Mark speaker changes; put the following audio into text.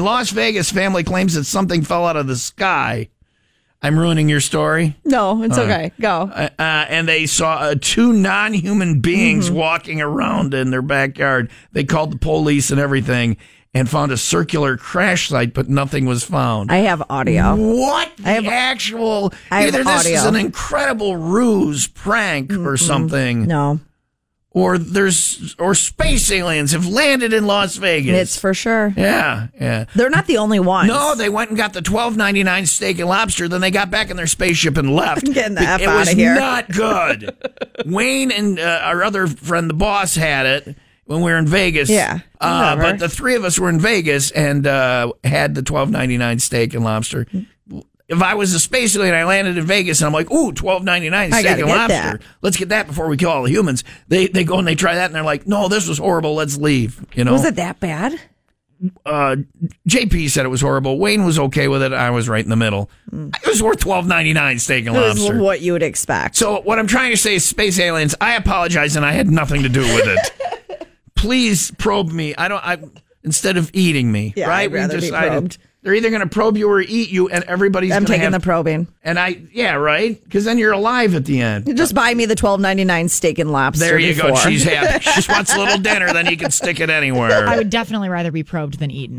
Speaker 1: Las Vegas family claims that something fell out of the sky. I'm ruining your story.
Speaker 2: No, it's okay. Go.
Speaker 1: Uh, uh, and they saw uh, two non human beings
Speaker 2: Mm-hmm.
Speaker 1: walking around in their backyard. They called the police and everything and found a circular crash site, but nothing was found.
Speaker 2: I have audio.
Speaker 1: What the
Speaker 2: have-
Speaker 1: actual?
Speaker 2: I have
Speaker 1: either this is
Speaker 2: audio.
Speaker 1: an incredible ruse, prank, or something,
Speaker 2: No,
Speaker 1: or there's or space aliens have landed in Las Vegas.
Speaker 2: it's for sure.
Speaker 1: yeah, yeah.
Speaker 2: They're not the only ones.
Speaker 1: No, they went and got the twelve ninety nine steak and lobster. Then they got back in their spaceship and left.
Speaker 2: I'm getting the
Speaker 1: Be-
Speaker 2: F
Speaker 1: it
Speaker 2: outta
Speaker 1: was
Speaker 2: here.
Speaker 1: Not good. Wayne and uh, our other friend, the boss, had it when we were in Vegas.
Speaker 2: Yeah,
Speaker 1: Uh,
Speaker 2: whatever.
Speaker 1: but the three of us were in Vegas and uh, had the twelve ninety nine steak and lobster. If I was a space alien, I landed in Vegas and I'm like, ooh, twelve ninety nine
Speaker 2: I
Speaker 1: steak
Speaker 2: gotta
Speaker 1: and
Speaker 2: get
Speaker 1: lobster.
Speaker 2: that.
Speaker 1: Let's get that before we kill all the humans. They they go and they try that and they're like, no, this was horrible. Let's leave. You know,
Speaker 2: was it that bad?
Speaker 1: uh, JP said it was horrible. Wayne was okay with it. I was right in the middle. It was worth twelve ninety nine steak and
Speaker 2: Mm. It was
Speaker 1: lobster.
Speaker 2: what you would expect.
Speaker 1: Oh, so what I'm trying to say is, space aliens. I apologize, and I had nothing to do with it. Please probe me. I don't. I instead of eating me,
Speaker 2: Yeah,
Speaker 1: right?
Speaker 2: I'd rather be probed.
Speaker 1: they're either going to probe you or eat you, and everybody's.
Speaker 2: I'm
Speaker 1: gonna
Speaker 2: taking
Speaker 1: have-
Speaker 2: the probing.
Speaker 1: And I, yeah, right, because then you're alive at the end.
Speaker 2: Just buy me the twelve ninety nine steak and lobster.
Speaker 1: There you go.
Speaker 2: before.
Speaker 1: She's happy. She just wants a little dinner, then you can stick it anywhere.
Speaker 3: I would definitely rather be probed than eaten.